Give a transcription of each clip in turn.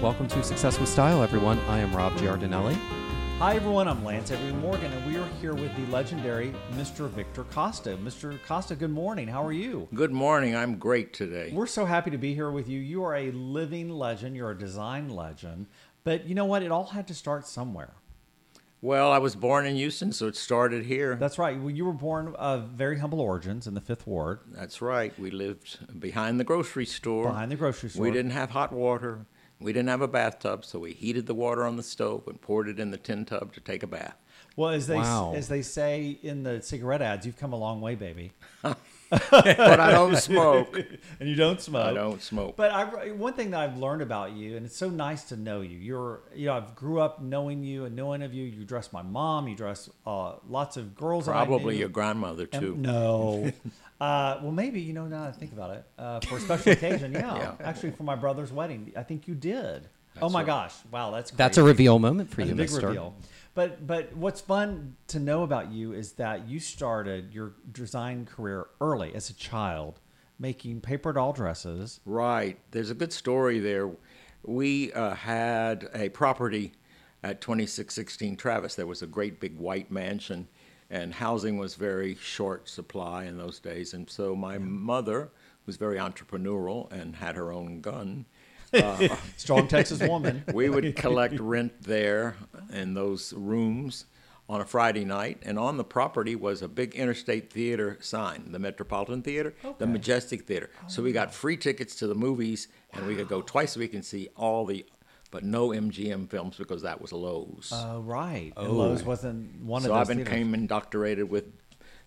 Welcome to Success with Style, everyone. I am Rob Giardinelli. Hi, everyone. I'm Lance Avery Morgan, and we are here with the legendary Mr. Victor Costa. Mr. Costa, good morning. How are you? Good morning. I'm great today. We're so happy to be here with you. You are a living legend, you're a design legend. But you know what? It all had to start somewhere. Well, I was born in Houston, so it started here. That's right. Well, you were born of very humble origins in the Fifth Ward, That's right. We lived behind the grocery store. behind the grocery store. We didn't have hot water. We didn't have a bathtub, so we heated the water on the stove and poured it in the tin tub to take a bath. Well, as they Wow. as they say in the cigarette ads, you've come a long way, baby. But I don't smoke. and you don't smoke. I don't smoke. But I, one thing that I've learned about you, and it's so nice to know you. You're, you know, I've grew up knowing you and knowing of you. You dress my mom. You dress uh, lots of girls. that I Probably knew. your grandmother Em- too. No. uh, well, maybe you know. Now that I think about it, uh, for a special occasion, yeah. Yeah. Actually, for my brother's wedding, I think you did. oh my right. gosh! Wow, that's great. That's a reveal moment for That's you, a big Mister. reveal. But but what's fun to know about you is that you started your design career early as a child, making paper doll dresses. Right. There's a good story there. We uh, had a property at 2616 Travis. There was a great big white mansion, and housing was very short supply in those days. And so my mother, who's very entrepreneurial and had her own gun, Strong Texas woman. we would collect rent there in those rooms on a Friday night, and on the property was a big interstate theater sign, the Metropolitan Theater, the Majestic Theater. so we got free tickets to the movies, and we could go twice a week and see all the, but no MGM films because that was Lowe's. Oh, right. And Lowe's wasn't one so I of those. became indoctorated with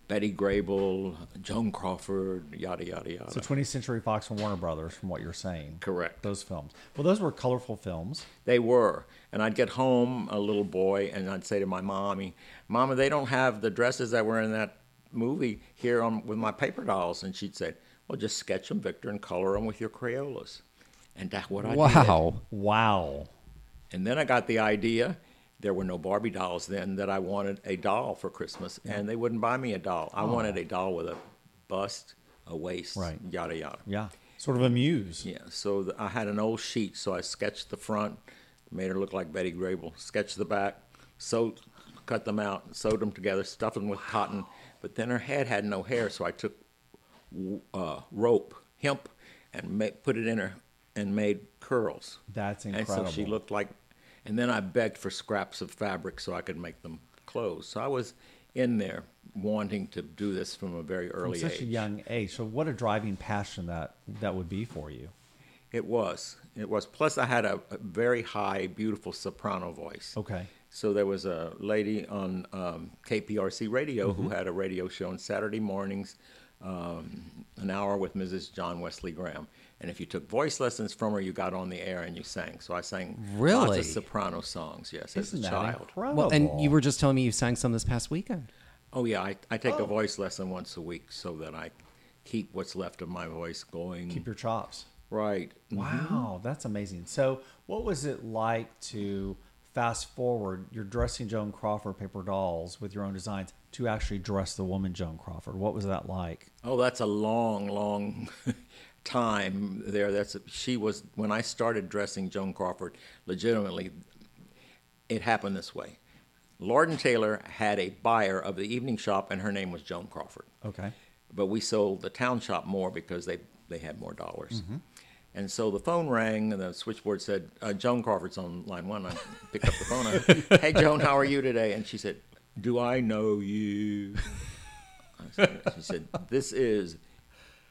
Betty Grable, Joan Crawford, yada yada yada. so 20th Century Fox and Warner Brothers, from what you're saying. Correct. Those films. Well, those were colorful films. They were. And I'd get home, a little boy, and I'd say to my mommy, Mama, they don't have the dresses that were in that movie here on, with my paper dolls. And she'd say, Well, just sketch them, Victor, and color them with your Crayolas. And that's what I did. Wow. Wow. And then I got the idea. There were no Barbie dolls then that I wanted a doll for Christmas, and they wouldn't buy me a doll. I wanted a doll with a bust, a waist, Right. yada yada. Yeah. Sort of a muse. Yeah, so th I had an old sheet, so I sketched the front, made her look like Betty Grable, sketched the back, sewed, cut them out, sewed them together, stuffed them with cotton. But then her head had no hair, so I took w- uh, rope, hemp, and ma- put it in her and made curls. That's And so she incredible. looked like, and then I begged for scraps of fabric so I could make them clothes. So I was in there wanting to do this from a very From early such age. a young age. So what a driving passion that that would be for you. It was. It was. Plus, I had a, a very high, beautiful soprano voice. Okay. So there was a lady on um, KPRC radio Mm-hmm. who had a radio show on Saturday mornings, um, an hour with Mrs. John Wesley Graham. And if you took voice lessons from her, you got on the air and you sang. So I sang lots Really? of soprano songs. Yes, Isn't as a that child. incredible? Well, and you were just telling me you sang some this past weekend. Oh yeah, I, I take a voice lesson once a week so that I keep what's left of my voice going. keep your chops. right. Mm-hmm. Wow, that's amazing. So, what was it like to fast forward? You're dressing Joan Crawford paper dolls with your own designs to actually dress the woman Joan Crawford. What was that like? Oh, that's a long, long time there. That's she was when I started dressing Joan Crawford. Legitimately, it happened this way. Lord & Taylor had a buyer of the evening shop, and her name was Joan Crawford. Okay. But we sold the town shop more because they they had more dollars. And so the phone rang, and the switchboard said, uh, "Joan Crawford's on line one." I picked up the phone. I said, "Hey, Joan, how are you today?" And she said, "Do I know you?" She said, "This is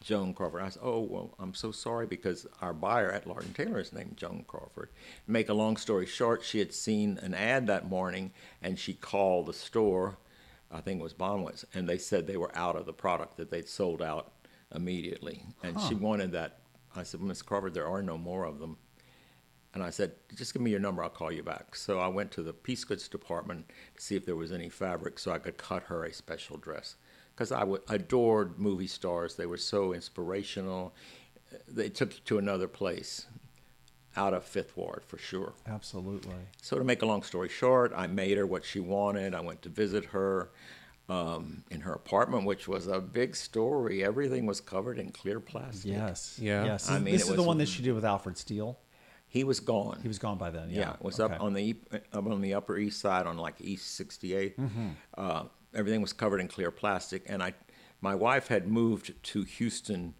Joan Crawford." I said, "Oh well, I'm so sorry because our buyer at Lord and Taylor is named Joan Crawford." Make a long story short, she had seen an ad that morning and she called the store. I think it was Bonwitz, and they said they were out of the product that they'd sold out immediately, and she wanted that. I said, "Miss Crawford, there are no more of them." And I said, just give me your number, I'll call you back. So I went to the piece goods department to see if there was any fabric so I could cut her a special dress. Because I wa- adored movie stars, they were so inspirational. Uh, They took you to another place, out of Fifth Ward for sure. Absolutely. So to make a long story short, I made her what she wanted. I went to visit her um, in her apartment, which was a big story. Everything was covered in clear plastic. Yes. Yeah. Yes. I mean, this is it the was- one that she did with Alfred Steele. He was gone. He was gone by then. yeah, Yeah, was Okay. up on the e- up on the Upper East Side on like East 68. Mm-hmm. Uh, everything was covered in clear plastic, and I, my wife had moved to Houston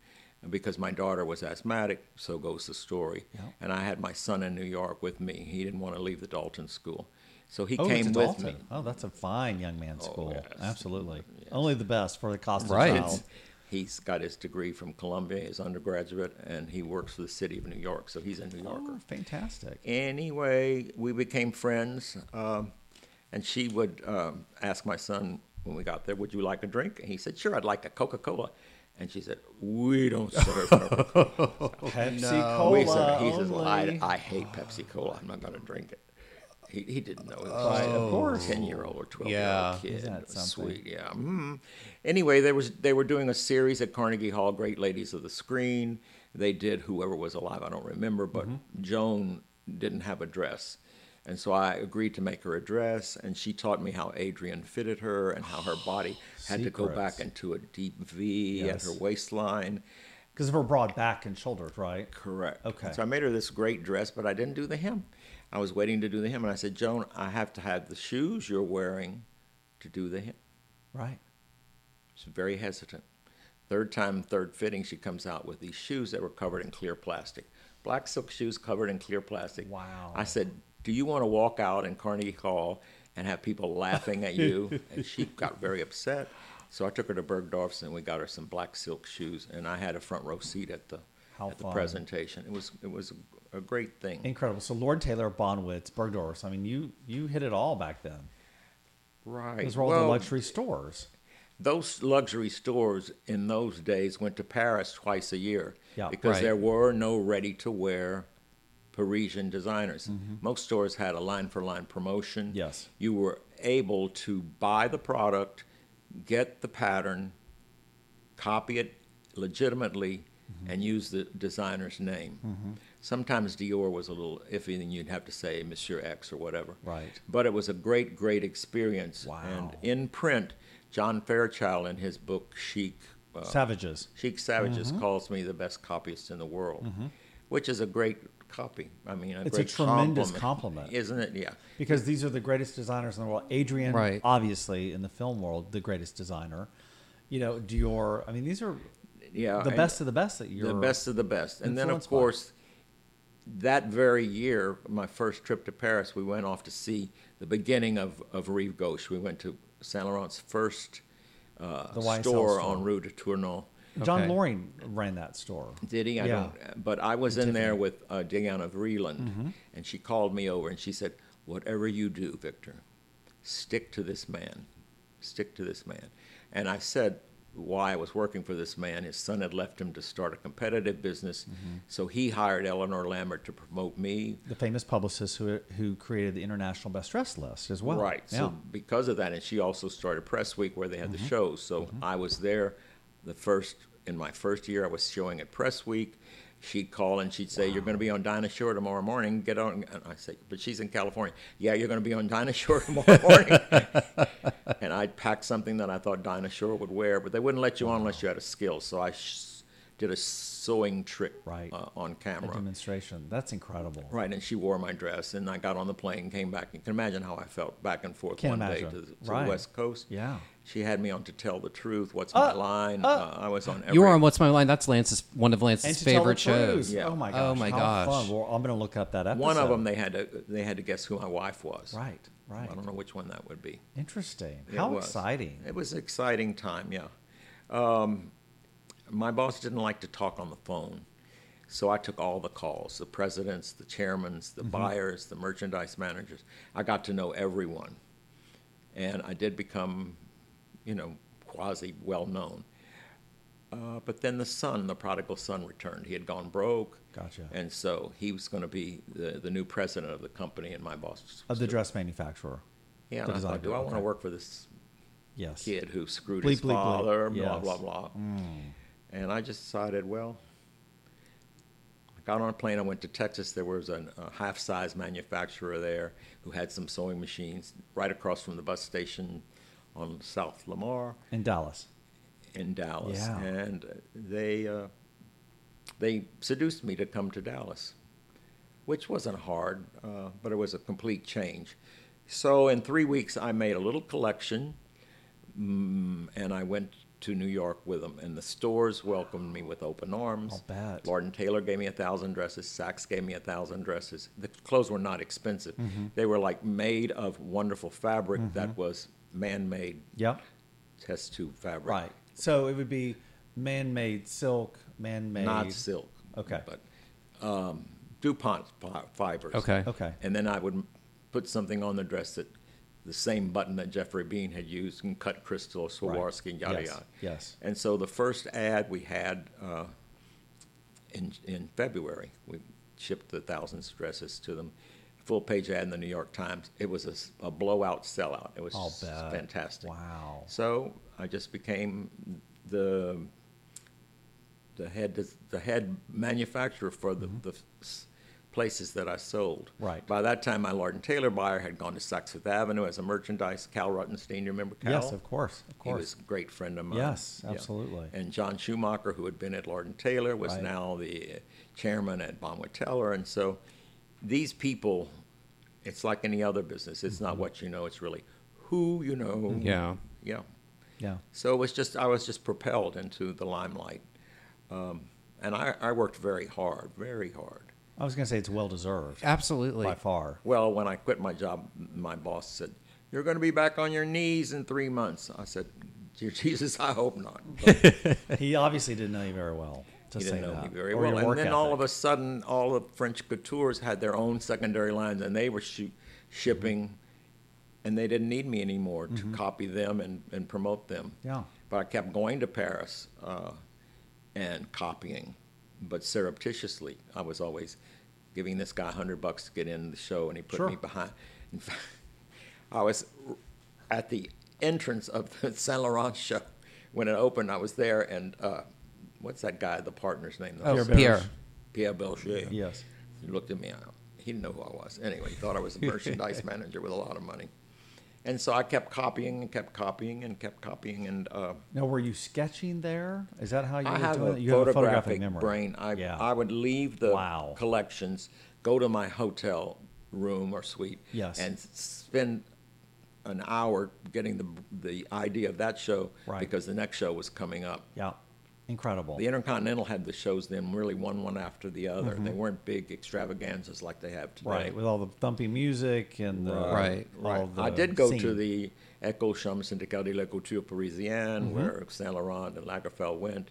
because my daughter was asthmatic. So goes the story. And I had my son in New York with me. He didn't want to leave the Dalton school, so he Oh, came it's with Dalton. me. Oh, Oh, that's a fine young man's school. yes. Absolutely. Only the best for the cost of Right. child. He's got his degree from Columbia, his undergraduate, and he works for the city of New York. So he's a New Yorker. Oh, fantastic. anyway, we became friends, um, and she would um, ask my son when we got there, "Would you like a drink?" And he said, "Sure, I'd like a Coca Cola." And she said, "We don't serve Coca Cola." Pepsi he Cola says, well, I, only. "I hate Pepsi Cola. I'm not going to drink it." He, he didn't know it Right, was of course. a ten year old or twelve Yeah. year old kid. Isn't that It was something? Sweet, yeah. Mm. Anyway, there was they were doing a series at Carnegie Hall, Great Ladies of the Screen. They did whoever was alive, I don't remember, but Mm-hmm. Joan didn't have a dress. And so I agreed to make her a dress, and she taught me how Adrian fitted her and how her body had to go back Secrets. into a deep V at Yes. her waistline. Because of her broad back and shoulders, right? Correct. Okay. So I made her this great dress, but I didn't do the hem. I was waiting to do the hem, and I said, Joan, I have to have the shoes you're wearing to do the hem. Right. She's very hesitant. Third time, third fitting, she comes out with these shoes that were covered in clear plastic. Black silk shoes covered in clear plastic. Wow. I said, Do you want to walk out in Carnegie Hall and have people laughing at you? and she got very upset. So I took her to Bergdorf's and we got her some black silk shoes. And I had a front row seat at the, How at the fun. presentation. It was, it was a, a great thing. Incredible. So Lord Taylor, Bonwitz, Bergdorf's. I mean, you you hit it all back then. right. Those were all the Well, luxury stores. those luxury stores in those days went to Paris twice a year Yeah. because Right. there were no ready to wear Parisian designers. Most stores had a line for line promotion. Mm-hmm. Yes. You were able to buy the product, get the pattern, copy it legitimately, Mm-hmm. and use the designer's name. Sometimes Dior was a little iffy, and you'd have to say Monsieur X or whatever. Right. But it was a great, great experience. Wow. And in print, John Fairchild, in his book Chic, uh, Savages. Chic Savages, Mm-hmm. calls me the best copyist in the world, which is a great copy. I mean, a It's a great tremendous compliment. isn't it? Yeah. Because these are the greatest designers in the world. Adrian, Right. obviously, in the film world, the greatest designer. You know, Dior. I mean, these are Yeah. the and- best of the best that you're. Uh, the best of the best. And then, of influenced by. course, that very year, my first trip to Paris, we went off to see the beginning of, of Rive Gauche. We went to Saint Laurent's first uh, The YSL store, store. on Rue de Tournon. John Okay. Loring ran that store. Did he? I Yeah. don't. uh, But I was in there with uh, Diana Vreeland, and she called me over and she said, "Whatever you do, Victor, stick to this man, stick to this man." And I said why I was working for this man. His son had left him to start a competitive business, so he hired Eleanor Lambert to promote me. The famous publicist who who created the international best dress list as well. Right. Yeah. Mm-hmm. So because of that, and she also started Press Week where they had the shows. So I was there the first in my first year. I was showing at Press Week. She'd call and she'd say, "You're going to be on Dinah Shore tomorrow morning. Get on." And I say, "But she's in California." Yeah, you're going to be on Dinah Shore tomorrow morning. and I'd pack something that I thought Dinah Shore would wear, but they wouldn't let you on unless you had a skill. So I sh- did a sewing trick Right. uh, on camera. a demonstration. That's incredible. Right, and she wore my dress, and I got on the plane and came back. You can imagine how I felt back and forth Can't one day imagine. to, the, to Right. the West Coast. Yeah. She had me on To Tell the Truth, What's My Line. Uh, I was on every. You are on What's My Line. That's Lance's one of Lance's And to tell favorite the truth. shows. Yeah. Oh my gosh. Oh my how gosh. Fun. Well, I'm going to look up that episode. one of them, they had, to, they had to guess who my wife was. Right. Right. I don't know which one that would be. Interesting. It How was. exciting. It was an exciting time, yeah. Um, my boss didn't like to talk on the phone, so I took all the calls the presidents, the chairmans, the Mm-hmm. buyers, the merchandise managers. I got to know everyone. And I did become, you know, quasi well known. Uh, but then the son, the prodigal son, returned. He had gone broke. Gotcha. And so he was going to be the, the new president of the company, and my boss. Of the stood- dress manufacturer. Yeah, the and I design thought, do group, I want to okay. work for this Yes. kid who screwed Bleep, his bleep, bleep. father, blah, Yes. blah, blah. And I just decided, well, I got on a plane. I went to Texas. There was an, a half size manufacturer there who had some sewing machines right across from the bus station on South Lamar In Dallas. in Dallas. Yeah. uh, And they, uh, they seduced me to come to Dallas. which wasn't hard, uh, but it was a complete change. So in three weeks, I made a little collection, mm, and I went to New York with them. And the stores welcomed me with open arms. I'll bet. Lord and Taylor gave me a thousand dresses. Saks gave me a thousand dresses. The clothes were not expensive. Mm-hmm. They were like made of wonderful fabric that was man-made Yep. test tube fabric. Right. So it would be man-made silk, man-made. Not silk. Okay. But um, DuPont fi- fibers. Okay. Okay. And then I would m- put something on the dress that the same button that Jeffrey Bean had used and cut crystal Swarovski and yada Yes, yada. yes. And so the first ad we had uh, in in February, we shipped the thousands of dresses to them. Full page ad in the New York Times. It was a, s- a blowout sellout. It was I'll s- bet. fantastic. Wow. So I just became the the head the head manufacturer for the, the s- places that I sold. Mm-hmm. Right. By that time, my Lord and Taylor buyer had gone to Saks Fifth Avenue as a merchandise. Cal Rottenstein, you remember Cal? Yes, of course, of He course. was a great friend of mine. Yes, Yeah. absolutely. And John Schumacher, who had been at Lord and Taylor, was Right. now the uh, chairman at Bonwit Teller, and so these people, it's like any other business. It's Mm-hmm. not what you know; it's really who you know. Yeah. Yeah. yeah. So it was just I was just propelled into the limelight, um, and I, I worked very hard, very hard. I was going to say it's well deserved Absolutely. by far. Well, when I quit my job, my boss said, "You're going to be back on your knees in three months." I said, "Dear Jesus, I hope not." But He obviously didn't know you very well. To he say didn't know that. me very Or well, your and work then all ethic. of a sudden, all the French coutures had their own secondary lines, and they were shoo- shipping, Mm-hmm. and they didn't need me anymore to copy them and, and promote them. Yeah. But I kept going to Paris uh, and copying, but surreptitiously. I was always giving this guy 100 bucks to get in the show, and he put Sure. me behind. In fact, I was r- at the entrance of the Saint Laurent show when it opened. I was there, and uh, what's that guy, the partner's name? Oh, Pierre Pierre. Barrish. Pierre Belgier. Yes. He looked at me. I, he didn't know who I was. Anyway, he thought I was a merchandise manager with a lot of money. And so I kept copying and kept copying and kept copying. And uh, Now, were you sketching there? Is that how you I were have doing a it? You photographic brain. I, yeah. I would leave the Wow. collections, go to my hotel room or suite, Yes. and s- spend an hour getting the, the idea of that show Right. because the next show was coming up. yeah. Incredible. The Intercontinental had the shows then really one one after the other. They weren't big extravaganzas like they have today. Mm-hmm. Right, with all the thumpy music and the, Right, all Right. the I did go to scene. the École Chambre Syndicale de la Couture Parisienne, Mm-hmm. where Saint Laurent and Lagerfeld went.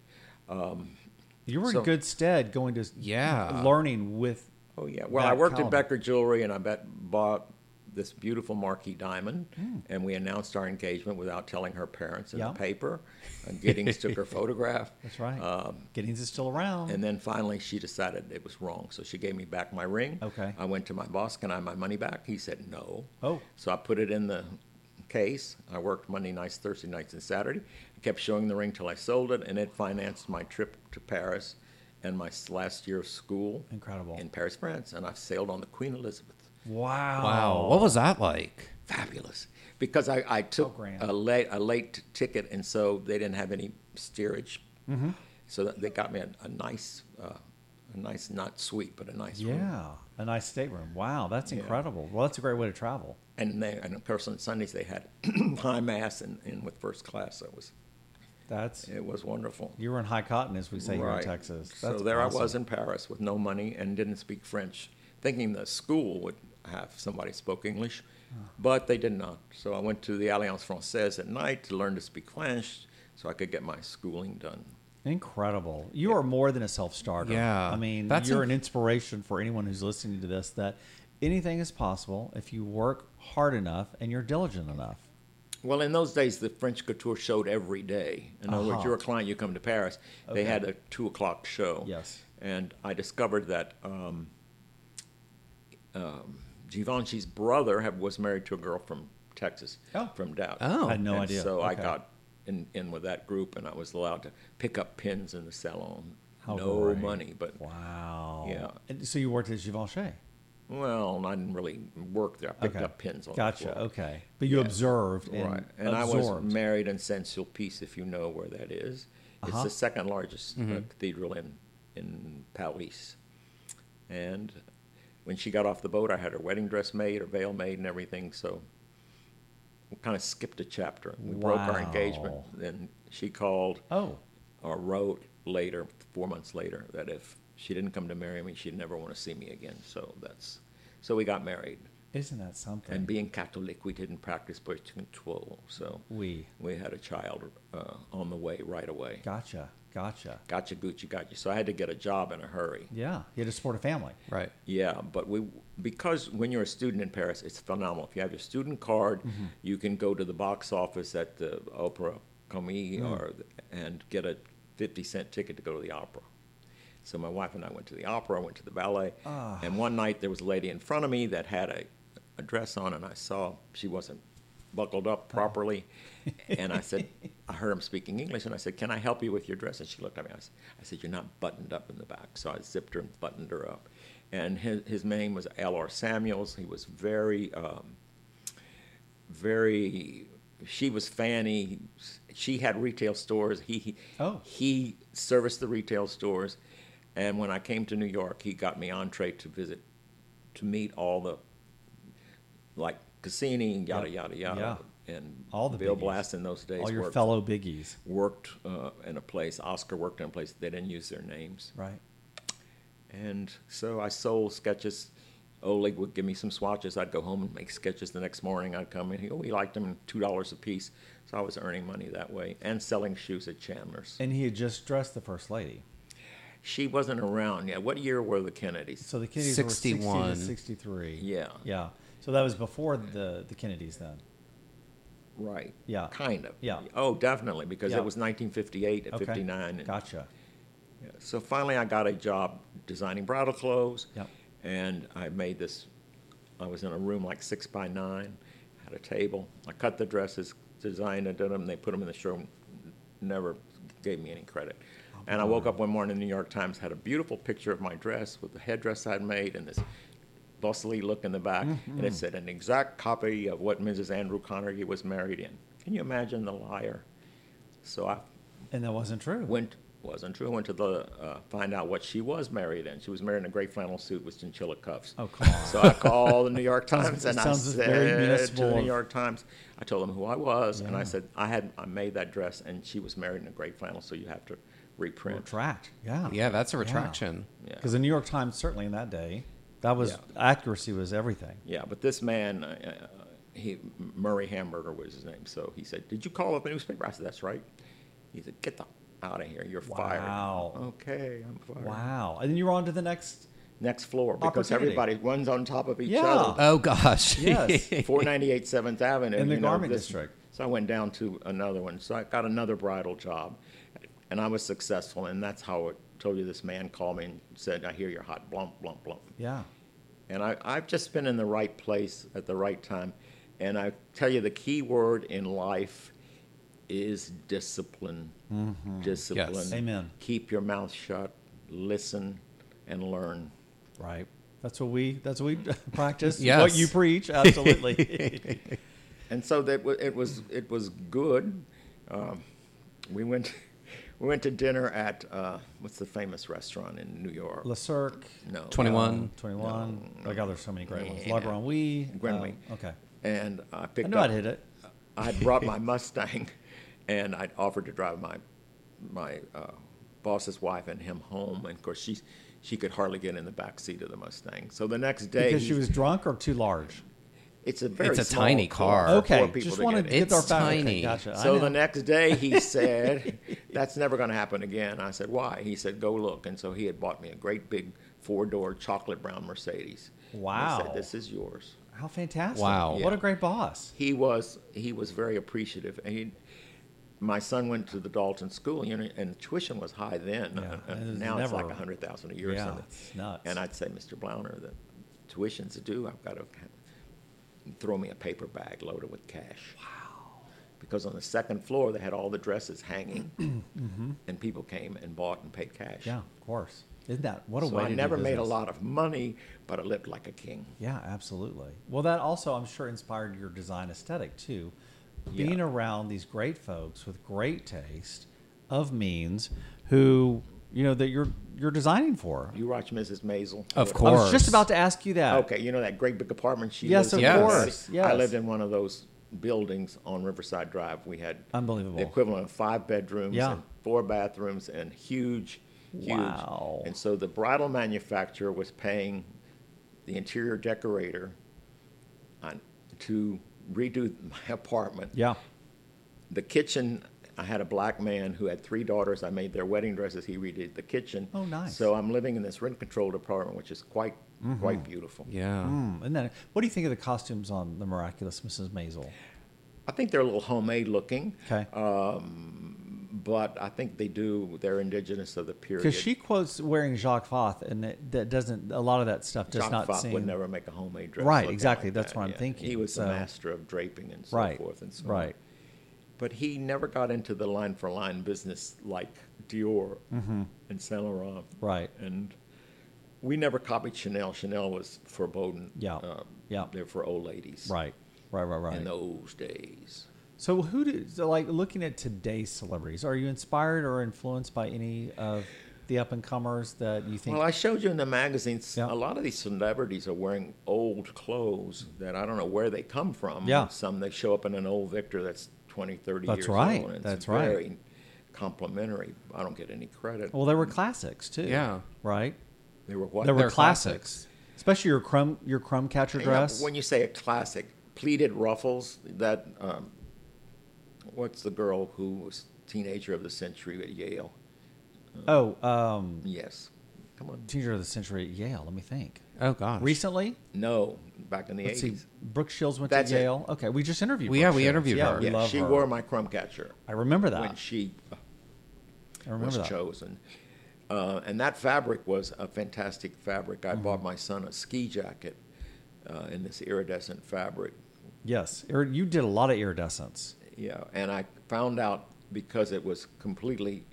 You were so- in good stead going to Yeah. learning with. Oh yeah. Well, I That worked caliber. at Becker Jewelry, and I bet bought this beautiful marquee diamond, and we announced our engagement without telling her parents in Hmm. Yeah. the paper. And Giddings took her photograph. That's right. Um, Giddings is still around. and then finally, she decided it was wrong, so she gave me back my ring. Okay. I went to my boss. Can I have my money back? He said no. Oh. So I put it in the case. I worked Monday nights, Thursday nights, and Saturday. I kept showing the ring till I sold it, and it financed my trip to Paris and my s- last year of school. Incredible. In Paris, France, and I've sailed on the Queen Elizabeth. wow. Wow. What was that like? Fabulous, because I, I took Oh, grand. a late a late ticket, and so they didn't have any steerage. Mm-hmm. So that- they got me a, a nice, uh, a nice not suite, but a nice room. Yeah. A nice stateroom. Wow. That's incredible. Well, that's a great way to travel. And they, and of course on Sundays they had high mass and, and with first class. So it was That's. it was wonderful. You were in high cotton, as we say here in Right. Texas. so That's there I was awesome. in Paris with no money and didn't speak French, thinking the school would have somebody spoke English, but they did not. So I went to the Alliance Française at night to learn to speak French so I could get my schooling done. Incredible. You are more than a self starter. Yeah. I mean, That's you're in- an inspiration for anyone who's listening to this that anything is possible if you work hard enough and you're diligent enough. Well, in those days, the French couture showed every day. In other Uh-huh. words, you're a client, you come to Paris. Okay. They had a two o'clock show. Yes. And I discovered that um, um, Givenchy's brother have, was married to a girl from Texas, Oh. from Dallas. Oh. Had no And idea. So I Okay. got in, in with that group, and I was allowed to pick up pins in the salon. How no great. money, but Wow. Yeah. And so you worked at Givenchy. well, I didn't really work there. I picked Okay. up pins on the Gotcha. floor. Okay. But you observed and right. And I absorbed. was married in Saint Sulpice, if you know where that is. It's Uh-huh. Mm-hmm. the second largest uh, cathedral in in Paris, and when she got off the boat, I had her wedding dress made, her veil made, and everything. So we kind of skipped a chapter. We broke our engagement. Wow. Then she called Oh, or wrote later, four months later, that if she didn't come to marry me, she'd never want to see me again. So that's so we got married. isn't that something? And being Catholic, we didn't practice birth control. So we we had a child uh, on the way right away. gotcha, gotcha. Gotcha, Gucci, gotcha. So I had to get a job in a hurry. Yeah, you had to support a family. Right. Yeah, but we because when you're a student in Paris, it's phenomenal. If you have your student card, you can go to the box office at the Opera Comique or and get a 50 cent ticket to go to the opera. So my wife and I went to the opera, I went to the ballet, and one night there was a lady in front of me that had a, a dress on, and I saw she wasn't buckled up properly, and I said, I heard him speaking English, and I said, "Can I help you with your dress?" And she looked at me. I s- I said, "You're not buttoned up in the back," so I zipped her and buttoned her up. And his his name was L.R. Samuels. He was very um, very she was Fanny. She had retail stores. He he, Oh. he serviced the retail stores, and when I came to New York, he got me entree to visit to meet all the like Cassini and yada Yep. yada yada and All the Bill biggies. Blast in those days All your worked, fellow biggies, worked uh, in a place. Oscar worked in a place. They didn't use their names. right? And so I sold sketches. Oleg would give me some swatches. I'd go home and make sketches the next morning. I'd come in. He, oh, he liked them, two dollars a piece. So I was earning money that way and selling shoes at Chandler's. And he had just dressed the first lady. She wasn't around yet. What year were the Kennedys? So the Kennedys 61. 61. were 60 to 63. Yeah. Yeah. So that was before the, the Kennedys then. Right. Yeah. Kind of. Yeah. Oh, definitely, because Yeah. it was 1958 and Okay. 59. and- Gotcha. Yeah. So finally, I got a job designing bridal clothes. Yep. And I made this. I was in a room like six by nine, had a table. I cut the dresses, designed and did them. They put them in the showroom. Never gave me any credit. And I woke up one morning. The New York Times had a beautiful picture of my dress with the headdress I'd made and this bustly look in the back, and it said an exact copy of what Mrs. Andrew Carnegie was married in. Can you imagine the liar? So I And that wasn't true. went wasn't true. Went to the uh, find out what she was married in. She was married in a gray flannel suit with chinchilla cuffs. Oh, come on. So I called the New York Times and I Sounds very said to municipal the of- New York Times, I told them who I was, and I Yeah. said I had I made that dress, and she was married in a gray flannel, so you have to reprint. Retract. Yeah. Yeah, that's a retraction. Yeah. Because the New York Times, certainly in that day, that was Yeah. accuracy was everything. Yeah, but this man, uh, uh, he Murray Hamburger was his name. So he said, "Did you call up the newspaper?" I said, "That's right." He said, "Get the out of here! You're Wow. fired." Okay, I'm fired. Wow. And then you were on to the next. Next floor because Opportunity. everybody runs on top of each Yeah. other. Oh gosh. Yes. 498 Seventh Avenue In the you know, garment this- district. So I went down to another one. So I got another bridal job, and I was successful. And that's how it told you. This man called me and said, "I hear you're hot, blump, blump, blump." Yeah. And I, I've just been in the right place at the right time. And I tell you, the key word in life is discipline. Discipline. Yes. Mm-hmm. Amen. Keep your mouth shut, listen, and learn. Right. That's what we. That's what we practice. Yes. What you preach. Absolutely. and so that wa- it was it was good. Um, we went we went to dinner at uh, what's the famous restaurant in New York? Le Cirque. no, uh, 21. Twenty-one. oh God, there's so many great ones. Yeah. La Grande Oui. Grand um, Oui. okay. And I I picked knew up. I'd hit it. I had brought my Mustang, and I'd offered to drive my my uh, boss's wife and him home. And of course, she she could hardly get in the back seat of the Mustang. So the next day, Because she he's- was drunk or too large. it's a very It's a small tiny car. for Okay, four people just to wanted get to in. get our It's back. Okay, tiny. gotcha. I So know. the next day he said, "That's never going to happen again." I said, "Why?" He said, "Go look." And so he had bought me a great big four-door chocolate brown Mercedes. And he Wow. said, "This is yours." How fantastic! Wow. What a Yeah. great boss. He was he was very appreciative. And he, my son went to the Dalton School, you know, and tuition was high then. Yeah, Uh, uh, it was now it's like never- a hundred thousand a year or Yeah, something. it's nuts. And I'd say, Mr. Blauner, the tuition's due. I've got to throw me a paper bag loaded with cash. Wow. Because on the second floor they had all the dresses hanging, and people came and bought and paid cash. Yeah, of course. Isn't that what a So way? I to do never made a business. lot of money, but I lived like a king. Yeah, absolutely. Well, that also, I'm sure, inspired your design aesthetic too. Yeah. Being around these great folks with great taste of means who you know that you're you're designing for. You watch Mrs. Maisel. uh, Of I course. was just about to ask you that. Okay, you know that great big apartment she Yes, lives in? of course, I yes. lived in one of those buildings on Riverside Drive. We had Uh, Unbelievable. the equivalent of five bedrooms Yeah. and four bathrooms and huge, huge. Wow. And so the bridal manufacturer was paying the interior decorator on, to redo my apartment. Yeah. The kitchen, I had a black man who had three daughters. I made their wedding dresses. He redid the kitchen. Oh, nice. Mm-hmm. So I'm living in this rent-controlled apartment, which is quite, quite beautiful. Yeah. Hmm, and then, what do you think of the costumes on the miraculous Mrs. Maisel? I think they're a little homemade looking, Okay. but I think they do. They're indigenous of the period. Because she quotes wearing Jacques Foth, and it, that doesn't. A lot of that stuff does Jacques not Fopp seem. would never make a homemade dress. Right, looking exactly. like That's that, what I'm thinking. He was So- the master of draping and so right. forth and so on. right. But he never got into the line for line business like Dior and Saint Laurent. Mm-hmm. Right. And we never copied Chanel. Chanel was foreboding. Yeah, yeah. They're for old ladies. Right. Right. Right. Right. In those days. So who do so like looking at today's celebrities? Are you inspired or influenced by any of the up and comers that you think? Well, I showed you in the magazines. Yeah. A lot of these celebrities are wearing old clothes that I don't know where they come from. Yeah. Some they show up in an old Victor that's 20, 30 That's years right. old. and it's That's right. Oh, Very complimentary. I don't get any credit. well, there were classics too. Yeah. Right. they were what? There were They're classics. classics. especially your crumb your crumb catcher You know, dress. when you say a classic, pleated ruffles. That um, what's the girl who was teenager of the century at Yale? oh, um, Yes. Come on. teenager of the century at Yale. Let me think. Oh gosh. Recently, No, back in the let's see. eighties. Brooke Shields went That's to it. Yale. Okay, we just interviewed. We- Brooke yeah, we Shields. interviewed yeah, her. We Yeah, love she her. wore my crumb catcher. I remember that. when she I remember was that. chosen. Uh, and that fabric was a fantastic fabric. Mm-hmm. I bought my son a ski jacket uh, in this iridescent fabric. Yes, Ir- you did a lot of iridescence. Yeah, and I found out because it was completely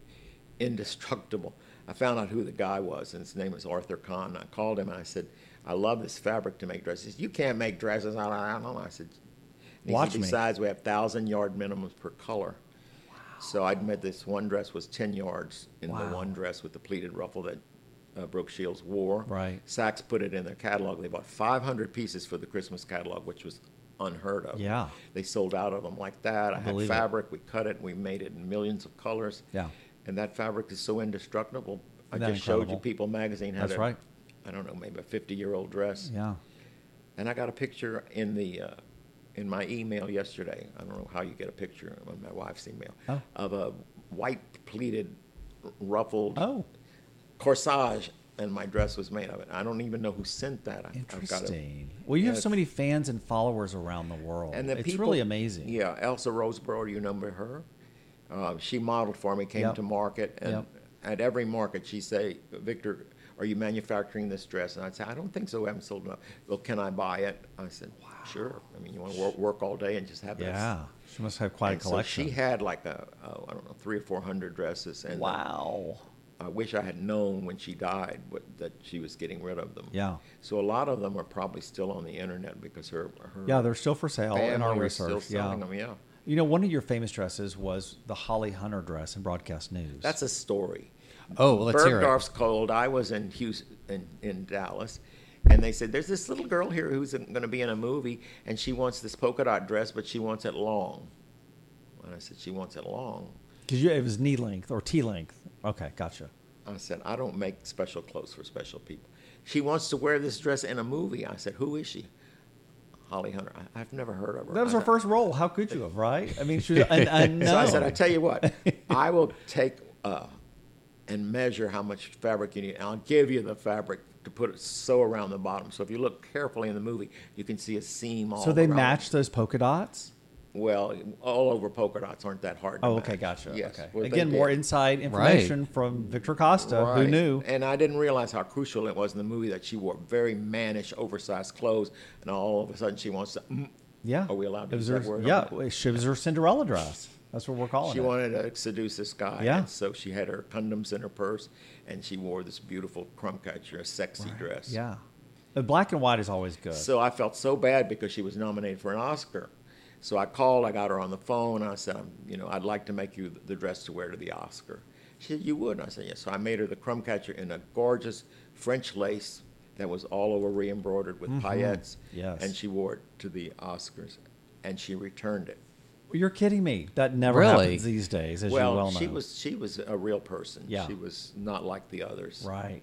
indestructible. I found out who the guy was, and his name was Arthur Kahn. I called him and I said, "I love this fabric to make dresses. You can't make dresses." I don't know. I said, and he Watch said, me. Besides, we have thousand yard minimums per color. So I'd made this one dress was ten yards in Wow. the one dress with the pleated ruffle that uh, Brooke Shields wore. Right. Saks put it in their catalog. They bought 500 pieces for the Christmas catalog, which was unheard of. Yeah. They sold out of them like that. I had Believe it. fabric. We cut it. We made it in millions of colors. Yeah. And that fabric is so indestructible. I Isn't that just showed you incredible? People magazine had That's a, right. I don't know, maybe a 50 year old dress. Yeah. And I got a picture in the, uh, in my email yesterday. I don't know how you get a picture on my wife's email Oh. of a white pleated, ruffled Oh, corsage, and my dress was made of it. I don't even know who sent that. I, I've got it. interesting. Well, you have Yes. so many fans and followers around the world. And the it's people, really amazing. Yeah, Elsa Roseborough, you remember her? Uh, she modeled for me, came Yep. to market, and Yep. at every market she'd say, "Victor, are you manufacturing this dress?" And I'd say, "I don't think so. I haven't sold enough." Well, can I buy it? I said, "Sure." I mean, you want to work, work all day and just have this. Yeah, she must have quite And a so collection. she had like a, oh, I don't know, three or four hundred dresses, and wow. I wish I had known when she died what, that she was getting rid of them. Yeah. So a lot of them are probably still on the internet because her her Yeah, they're still for sale in our family was research. still Yeah. selling them. Yeah. You know, one of your famous dresses was the Holly Hunter dress in broadcast news. That's a story. Oh, well, let's hear it. Bergdorf's cold. I was in Houston, in, in Dallas, and they said, "There's this little girl here who's going to be in a movie, and she wants this polka dot dress, but she wants it long." And I said, "She wants it long." because it was knee length or T length. Okay, gotcha. I said, "I don't make special clothes for special people." She wants to wear this dress in a movie. I said, "Who is she?" Holly Hunter. I, I've never heard of her. That was I her don't- first role. How could you have, right? I mean, she was an unknown. So I said, I tell you what, I will take uh, and measure how much fabric you need, and I'll give you the fabric to put it sew around the bottom. So if you look carefully in the movie, you can see a seam all. so they around. matched those polka dots. Well, all over polka dots aren't that hard. To Oh, okay, match. gotcha. Yes, okay. well, they Again, more did. inside information from Victor Costa, who Right. knew. And I didn't realize how crucial it was in the movie that she wore very mannish, oversized clothes, and all of a sudden she wants to. Mm, Yeah. Are we allowed to it was use her, that word? Yeah, she was her Cinderella dress. That's what we're calling She it. wanted to seduce this guy. Yeah. And so she had her condoms in her purse and she wore this beautiful crumb catcher, a sexy dress. Yeah. The black and white is always good. So I felt so bad because she was nominated for an Oscar. So I called, I got her on the phone, and I said, I'm, you know, I'd like to make you the dress to wear to the Oscar. She said, You would? And I said, Yes. So I made her the crumb catcher in a gorgeous French lace that was all over re embroidered with paillettes. Mm-hmm. Yes. And she wore it to the Oscars and she returned it. You're kidding me. That never Really? happens these days, as well, you well know. she was she was a real person. Yeah. She was not like the others. right.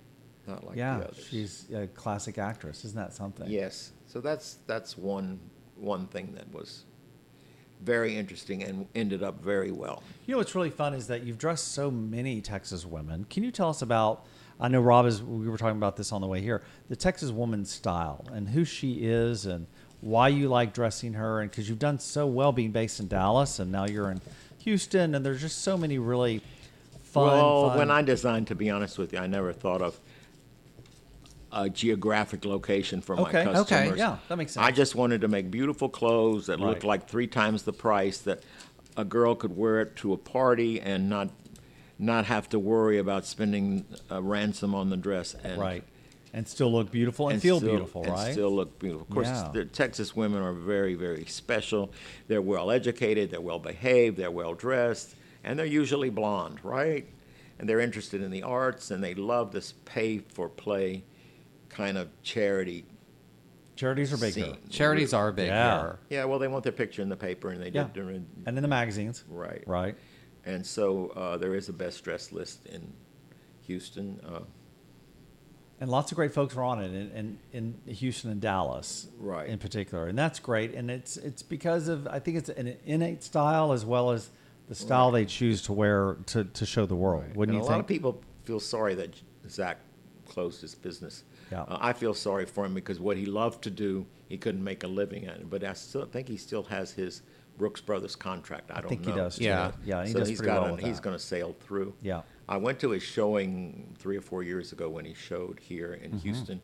Not like yeah, the others. she's a classic actress. Isn't that something? Yes. So that's that's one one thing that was very interesting and ended up very well. You know what's really fun is that you've dressed so many Texas women. Can you tell us about? I know Rob is. We were talking about this on the way here. The Texas woman style and who she is and why you like dressing her and because you've done so well being based in Dallas and now you're in Houston and there's just so many really fun. well, fun- when I designed, to be honest with you, I never thought of a geographic location for Okay, okay, my customers. yeah, that makes I sense. just wanted to make beautiful clothes that looked Right. like three times the price that a girl could wear it to a party and not not have to worry about spending a ransom on the dress and right and still look beautiful and, and feel still- beautiful, and right? Still look beautiful. Of course, Yeah. the Texas women are very, very special. They're well educated. They're well behaved. They're well dressed, and they're usually blonde, right? And they're interested in the arts, and they love this pay for play kind of charity. Charities are big here. Scene. Charities are big Yeah. here. Yeah, well, they want their picture in the paper, and they Yeah, did during and in the magazines, right, right? And so uh, there is a best dressed list in Houston. Uh, and lots of great folks were on it in, in, in Houston and Dallas, Right. In particular, and that's great. And it's it's because of I think it's an innate style as well as the style they choose to wear to, to show the world. Wouldn't and you a think? lot of people feel sorry that Zach closed his business. Yeah. Uh, I feel sorry for him because what he loved to do, he couldn't make a living at it. But I still think he still has his Brooks Brothers contract. I, don't think he know. does, too. Yeah. Yeah, he so does he's pretty got well an- with he's that. going to sail through. Yeah. I went to his showing three or four years ago when he showed here in Mm-hmm. Houston.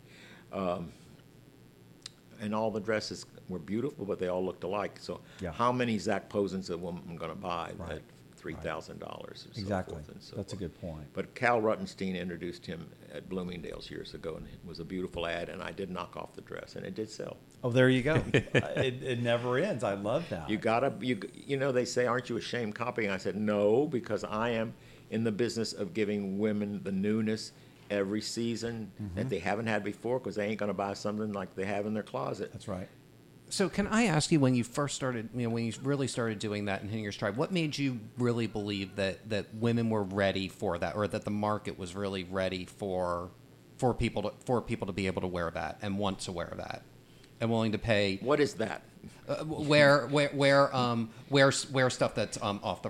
Um, and all the dresses were beautiful, but they all looked alike. So, Yeah. how many Zach Posens a woman going to buy Right. at three thousand dollars? exactly. So forth and so That's a forth. good point. But Cal Ruttenstein introduced him at Bloomingdale's years ago, and it was a beautiful ad. And I did knock off the dress, and it did sell. Oh, there you go. it, it never ends. I love that. You gotta, you you know, they say, "Aren't you ashamed copying?" I said, "No, because I am in the business of giving women the newness every season Mm-hmm. that they haven't had before, because they ain't gonna buy something like they have in their closet." That's right. So, can I ask you when you first started, you know, when you really started doing that in Henger's Tribe, what made you really believe that that women were ready for that, or that the market was really ready for for people to for people to be able to wear that and want to wear that and willing to pay What is that? uh, w- wear wear wear um wear s- wear stuff that's um off the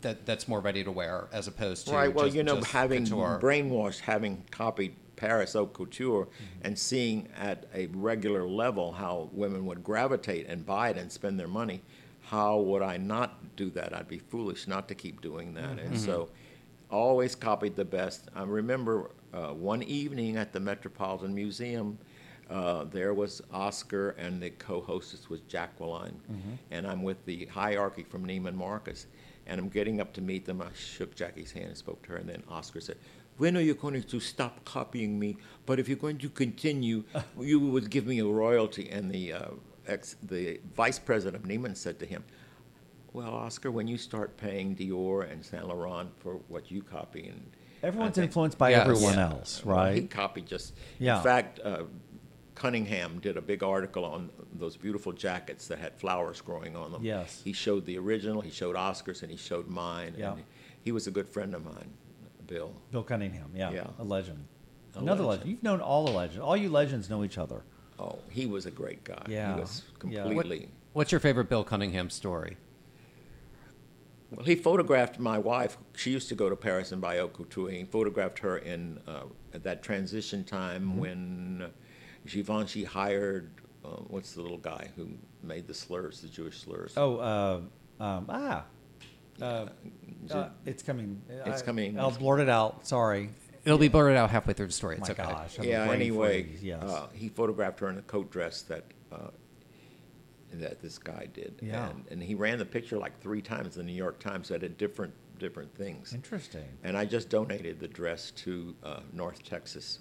that that's more ready to wear as opposed to Right. Well, just- you know, just having couture. brainwashed, having copied Paris haute couture, Mm-hmm. and seeing at a regular level how women would gravitate and buy it and spend their money, how would I not do that? I'd be foolish not to keep doing that. Mm-hmm. And so, always copied the best. I remember uh, one evening at the Metropolitan Museum. Uh, there was Oscar, and the co-hostess was Jacqueline, and I'm with the hierarchy from Neiman Marcus, and I'm getting up to meet them. I shook Jackie's hand and spoke to her, and then Oscar said, "When are you going to stop copying me? But if you're going to continue, you would give me a royalty." And the uh, ex, the vice president of Neiman said to him, "Well, Oscar, when you start paying Dior and Saint Laurent for what you copy, and Everyone's influenced." influenced by Yes. everyone Yeah. else, Well, He right? copied just. Yeah. In fact, uh, Cunningham did a big article on those beautiful jackets that had flowers growing on them. Yes. He showed the original. He showed Oscars, and he showed mine. Yeah. And he was a good friend of mine, Bill. Bill Cunningham, yeah, Yeah. a legend. A Another legend. legend. You've known all the legends. All you legends know each other. Oh, he was a great guy. Yeah. He was Yeah. What- completely. what's your favorite Bill Cunningham story? Well, he photographed my wife. She used to go to Paris and buy haute couture. He photographed her in uh, at that transition time Mm-hmm. when Givenchy hired uh, what's the little guy who made the slurs, the Jewish slurs? Oh, uh, um, ah, Is Uh, it- it's coming. It's I- coming. I'll blurt it out. Sorry. It'll be blurted out halfway through the story. It's My okay. gosh. I'm yeah. brain Anyway, freeze, Yes. uh, he photographed her in a coat dress that uh, that this guy did. Yeah. And, and he ran the picture like three times. The New York Times that did different different things. Interesting. And I just donated the dress to uh, North Texas.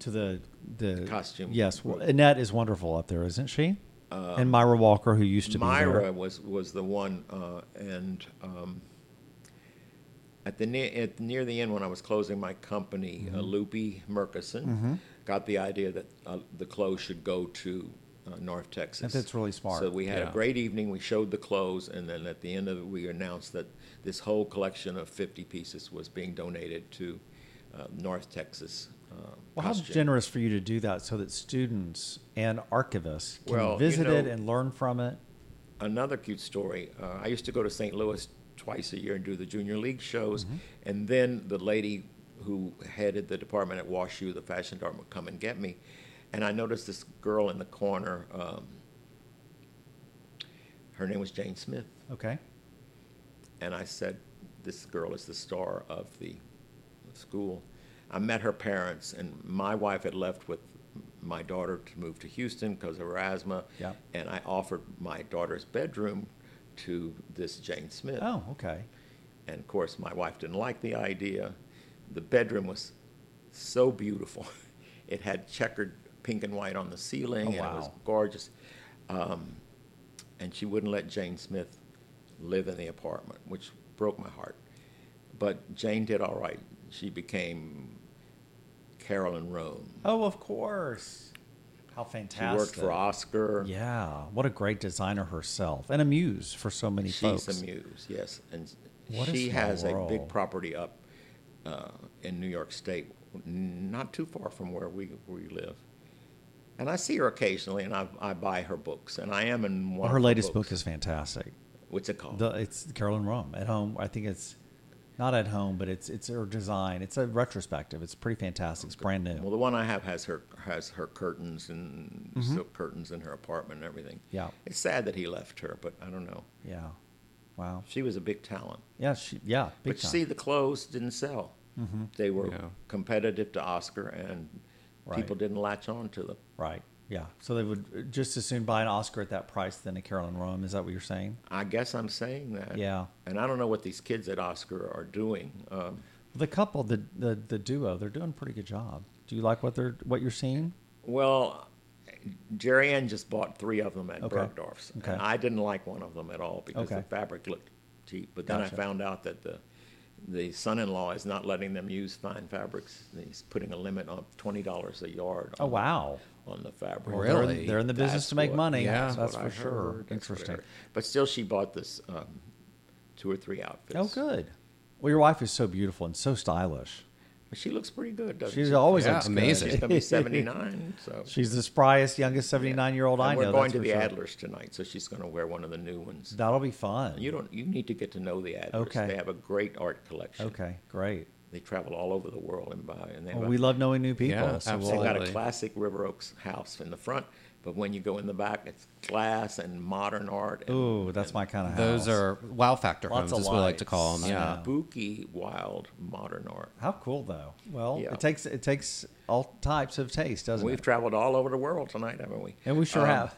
To the the costume Yes. Well, group. Annette is wonderful up there, isn't she? and Myra Walker, who used to be Myra there. was was the one, uh, and um, at the near at near the end when I was closing my company, Mm-hmm. uh, Loopy Murkison got the idea that uh, the clothes should go to uh, North Texas. And that's really smart. So we had Yeah. a great evening. We showed the clothes, and then at the end of it, we announced that this whole collection of 50 pieces was being donated to uh, North Texas. Uh, Well, how costume. generous for you to do that so that students and archivists can Well, you visit it know- and learn from it. another cute story. Uh, I used to go to St. Louis twice a year and do the junior league shows, and then the lady who headed the department at WashU, the fashion department, would come and get me, and I noticed this girl in the corner. Um, her name was Jane Smith, Okay. and I said, "This girl is the star of the school." I met her parents, and my wife had left with my daughter to move to Houston because of her asthma. Yep. And I offered my daughter's bedroom to this Jane Smith. Oh, okay. And of course, my wife didn't like the idea. The bedroom was so beautiful. It had checkered pink and white on the ceiling, Oh, and it was wow. gorgeous. Um, and she wouldn't let Jane Smith live in the apartment, which broke my heart. But Jane did all right. She became Carolyn Rome. Oh, of course. How She fantastic. worked for Oscar. Yeah. What a great designer herself and a muse for so many She's folks. a muse, yes, and What a she small has a role. big property up uh, in New York State, n- not too far from where we we live. And I see her occasionally, and I, I buy her books, and I am in one. Well, of her latest books. book is fantastic. what's it called? The, it's Carolyn Rum at home. I think it's not at home, but it's it's her design. It's a retrospective. It's pretty fantastic. It's brand new. well, the one I have has her has her curtains and silk curtains in her apartment and everything. Mm-hmm. Yeah. it's sad that he left her, but I don't know. Yeah. Wow. She was a big talent. Yeah. She, yeah. Big but you time. Mm-hmm. see, the clothes didn't sell. They were Yeah. competitive to Oscar, and Right. people didn't latch on to them. Right. Yeah. So they would uh, just as soon buy an Oscar at that price than a Carolyn Rum. Is that what you're saying? I guess I'm saying that. Yeah. And I don't know what these kids at Oscar are doing. Um, The couple, the, the the duo, they're doing a pretty good job. Do you like what they're what you're seeing? well, Jerry Ann just bought three of them at Okay. Bergdorf's. Okay. And I didn't like one of them at all because Okay. the fabric looked cheap. But then Gotcha. I found out that the the son-in-law is not letting them use fine fabrics. He's putting a limit on twenty dollars a yard. Oh on- wow. On the fabric. Well, They're in- Really? They're, in the business That's to make what- money. yeah, that's, what for I sure. heard. That's what I Interesting. heard. But still, she bought this um, two or three outfits. Oh good. Well, your wife is so beautiful and so stylish. She looks pretty good, doesn't She's she? always Yeah, looks good. amazing. Uh, She's going to be 79, so. She's the spryest, youngest seventy-nine-year-old and I we're know. that's going to for the sure. Adlers tonight, so she's going to wear one of the new ones. That'll be fun. You don't. You need to get to know the Adlers. Okay. They have a great art collection. okay, great. They travel all over the world and buy. And they have Well, a, we love knowing new people. Yeah, so we'll- They've got a Absolutely. classic River Oaks house in the front, but when you go in the back, it's glass and modern art. And Ooh, that's my kind of house. Those are wow factor homes, Lots of is what I like to lights. call them. I Yeah. know. spooky, wild modern art. how cool though. Well, Yeah. it takes it takes all types of taste, doesn't We've it? traveled all over the world tonight, haven't we? And we sure Um, have.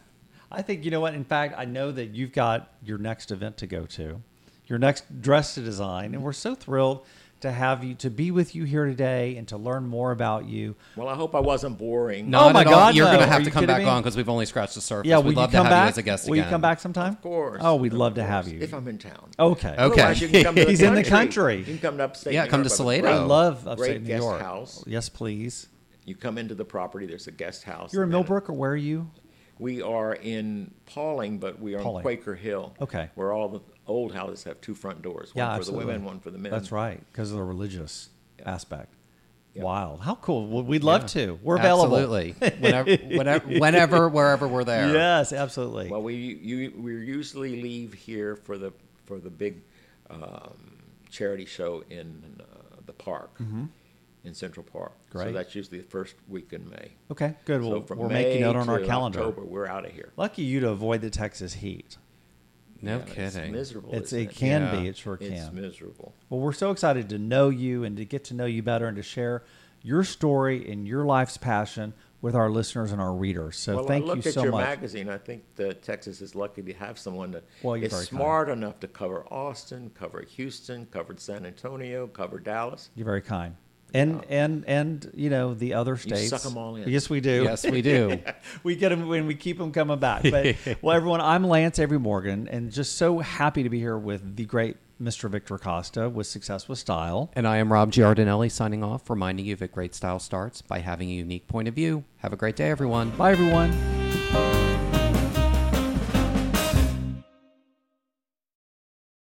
I think you know what. In fact, I know that you've got your next event to go to, your next dress to design, and we're so thrilled to have you to be with you here today and to learn more about you. Well, I hope I wasn't boring. Not Oh my at all. God, You're no. gonna Are have you to come kidding back me? on because we've only scratched the surface. Yeah, will We'd love you come to have back you as a guest Will again. you come back sometime? Of course. Oh, we'd Of love to course. have you. Oh, If I'm in town. okay. Okay. Otherwise, you can come to He's in the country. You can come to upstate. Yeah, New come York to by the Salado. I Oh, love upstate great New guest York. house. Yes, please. You come into the property. There's a guest house. You're in and then- Millbrook, or where are you? We are in Pauling, but we are in Pauling. Quaker Hill. Okay. Where all the old houses have two front doors. One yeah, for absolutely. the women, one for the men. That's right, because of the religious aspect. Yeah. Wild. How cool. Well, We'd love to. We're available. Absolutely. whenever, whenever, whenever, wherever we're there. Yes, absolutely. Well, we you, we usually leave here for the for the big um, charity show in uh, the park, in Central Park. Mm-hmm. Great. So that's usually the first week in May. okay, good. Well, so from we're May making note on our to calendar. October, we're out of here. Lucky you to avoid the Texas heat. No Yeah, It's kidding. miserable. it's isn't it can Yeah. be. It sure can. It's miserable. Well, we're so excited to know you and to get to know you better and to share your story and your life's passion with our listeners and our readers. So Well, thank I looked you at so your much. magazine. I think that Texas is lucky to have someone that Well, you're is very kind. smart enough to cover Austin, cover Houston, covered San Antonio, cover Dallas. You're very kind. And and and you know the other You states. suck 'em all in. Yes, we do. Yes, we do. we get them when we keep them coming back. But well, everyone, I'm Lance Avery Morgan, and just so happy to be here with the great Mr. Victor Acosta with Success with Style. And I am Rob Giardinelli signing off, reminding you that great style starts by having a unique point of view. Have a great day, everyone. Bye, everyone.